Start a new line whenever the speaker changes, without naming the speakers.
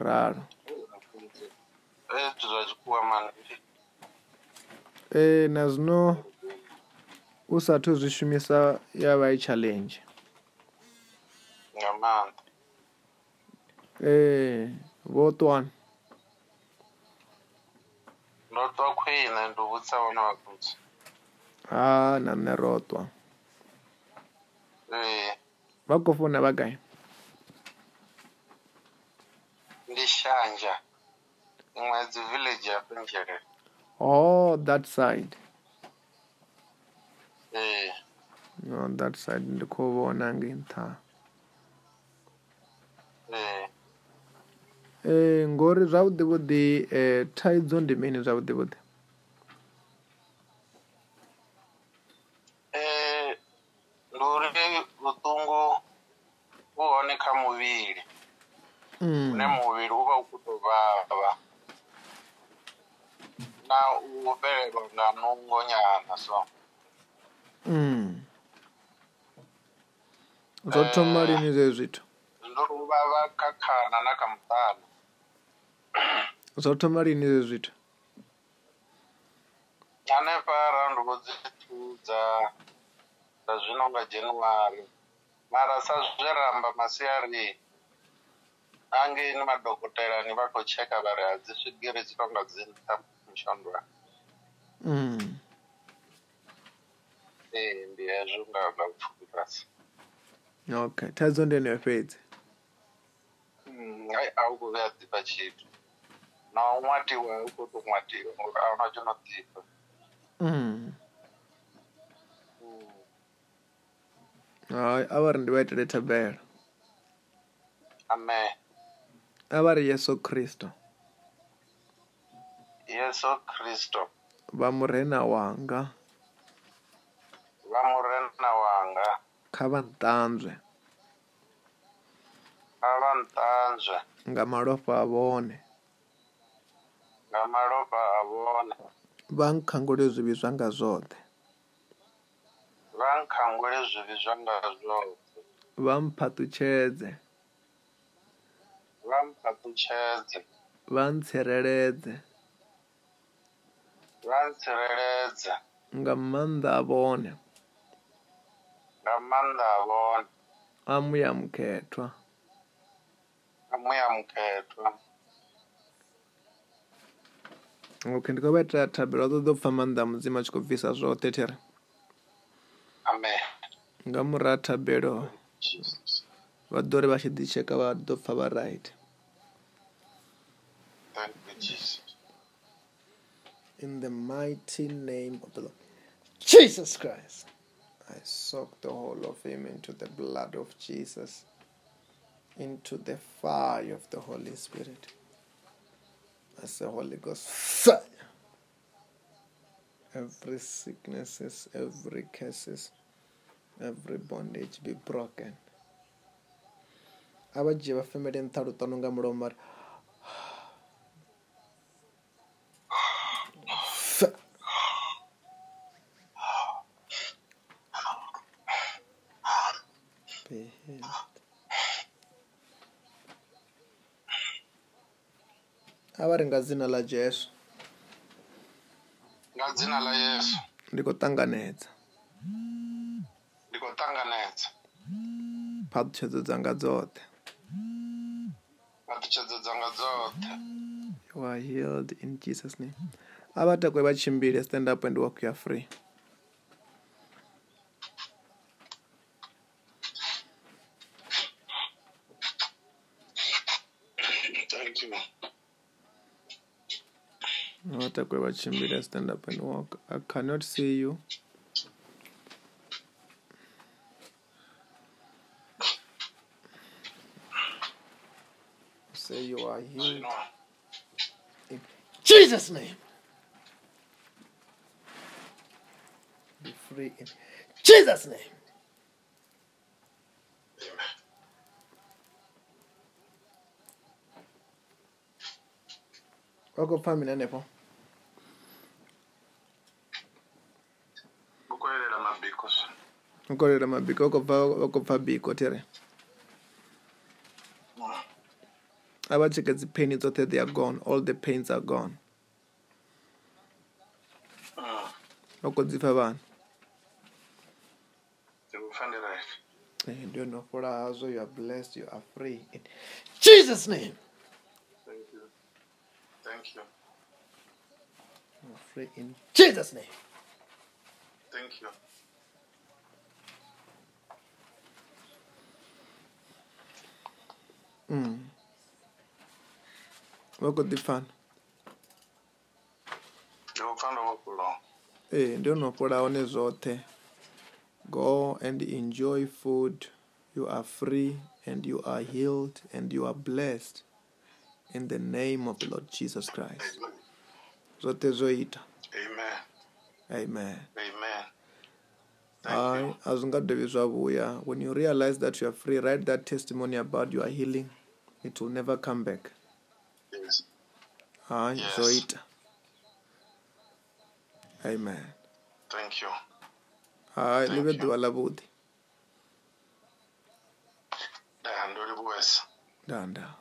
ngauralo
zwithu zwa tshikwamani
e, na zwino u saathu zwi shumisa ya vha i challenge
nga maanḓa
e, vho ṱwana
ndo twa khwine ndi u vhudzisa vhone vhagudzi
ha na nṋe ro ṱwa
ee
vha khou founa vha gai
ndi shanja iṅwe ya dzi village ya penjelele
oh that side
ee
no that side ndi khou vhona ngei nṱha
ee
e, ngori zwavhuḓi vhuḓi e, thaidzo ndi mini zwavhuḓi vhuḓi
ee ndi uri vhuṱungu vhu hone kha muvhili une
mm.
muvhili u vha u khou tou vhavha na u fhelelwa nga nungo nyana so
mm. zwo thoma lini zwe zwithu
ndo ri u vhavha kha khana na kha muṱani
zwo thoma lini zwe zwithu
hanefha randulo dzi thu dza dza zwino nga january mara sa zwe ramba masiari angeini madokotelani vha khou tsheka vha ri ha dzi swigiri dzi tonga dzi nṱha mushandula
mm.
ee ndi hezwo nga nga pfhufhirasi
okay thaidzo ndi yeneyo fhedzi
Mm, a u khou vhuya ḓifha tshithu na u ṅwatiwa u khou tou ṅwatiwa ngori a huna tsho no ḓifha
mm. hai a vha ri ndi vha itele thabelo
amen
a vha ri yeso kristo
yeso kristo
vha murena wanga
vha murena wanga
kha vha nṱanzwe
a vha nṱanzwe
nga malofha a vhone
nga malofha a vhone
vha nkhangule zwivhi zwanga zwoṱhe
vha nkhangule zwivhi zwanga zwoṱhe
vha mphaṱutshedze
vha mphaṱutshedze
vha ntsireledze
vha ntsireledze
nga maanḓa a vhone
nga maanḓa a vhone
a muya mukhethwa
nga muya mukhethwa
okay ndi khou vha itela thabelo vha ṱoḓa u pfha maanḓa a mudzimu a tshi khou bvisa zwoṱhe thiri
amen
nga muraha ha thabelo
jesus
vha ḓo ri vha tshi ḓitsheka vha ḓo pfha vha right
thank you jesus
in the mighty name of the Lord Jesus Christ. I soak the whole of him into the blood of Jesus, into the fire of the Holy Spirit. I say, Holy Ghost, fire! Every sicknesses, every curses, every bondage be broken. a vha dzhie vha femele nṱha luṱanu nga mulomo vha ri, Fe- Behead. a vha ri nga dzina ḽa jesu
nga dzina ḽa yesu
ndi khou ṱanganedza
ndi khou ṱanganedza
phaṱhutshedzo dzanga dzoṱhe
phaṱhutshedzo dzanga dzoṱhe
you are healed in jesus name a vha takwe vha tshimbile stand up and walk ya free
thank you
a vha takwe vha tshimbile stand up and walk i cannot see you say you are healed
zwino
Jesus' name. Be free in Jesus' name. vha khou pfha mini hanefho
u khou elela mabiko zwi
u khou lela mabiko vha khou pfha biko thire vha tsheke dzipheni dzoṱhe they are gone all the pains are gone loko dzi pfha vhana
ndikufanira ife
Eh, ndio no fhola hazwo you are blessed you are free in jesus name
thank you thank you
You are free in jesus name
thank you
Mm. vha khou ḓi pfana
ndikupfa ndo vhofholowa
ee ndio no fhola hone zwoṱhe go and enjoy food you are free and you are healed and you are blessed in the name of the lord jesus christ zwoṱhe zwo ita
amen
amen
amen thank you
Hai, a zwi nga dovhi zwa vhuya when you realize that you are free write that testimony about your healing it will never come back
yes
hai
Yes.
zwo ita amen
thank you
hai
Thank
ḽi vhe
you.
ḓuvha ḽavhuḓi
É, daha ndo livhuwesa
ndaa ndaa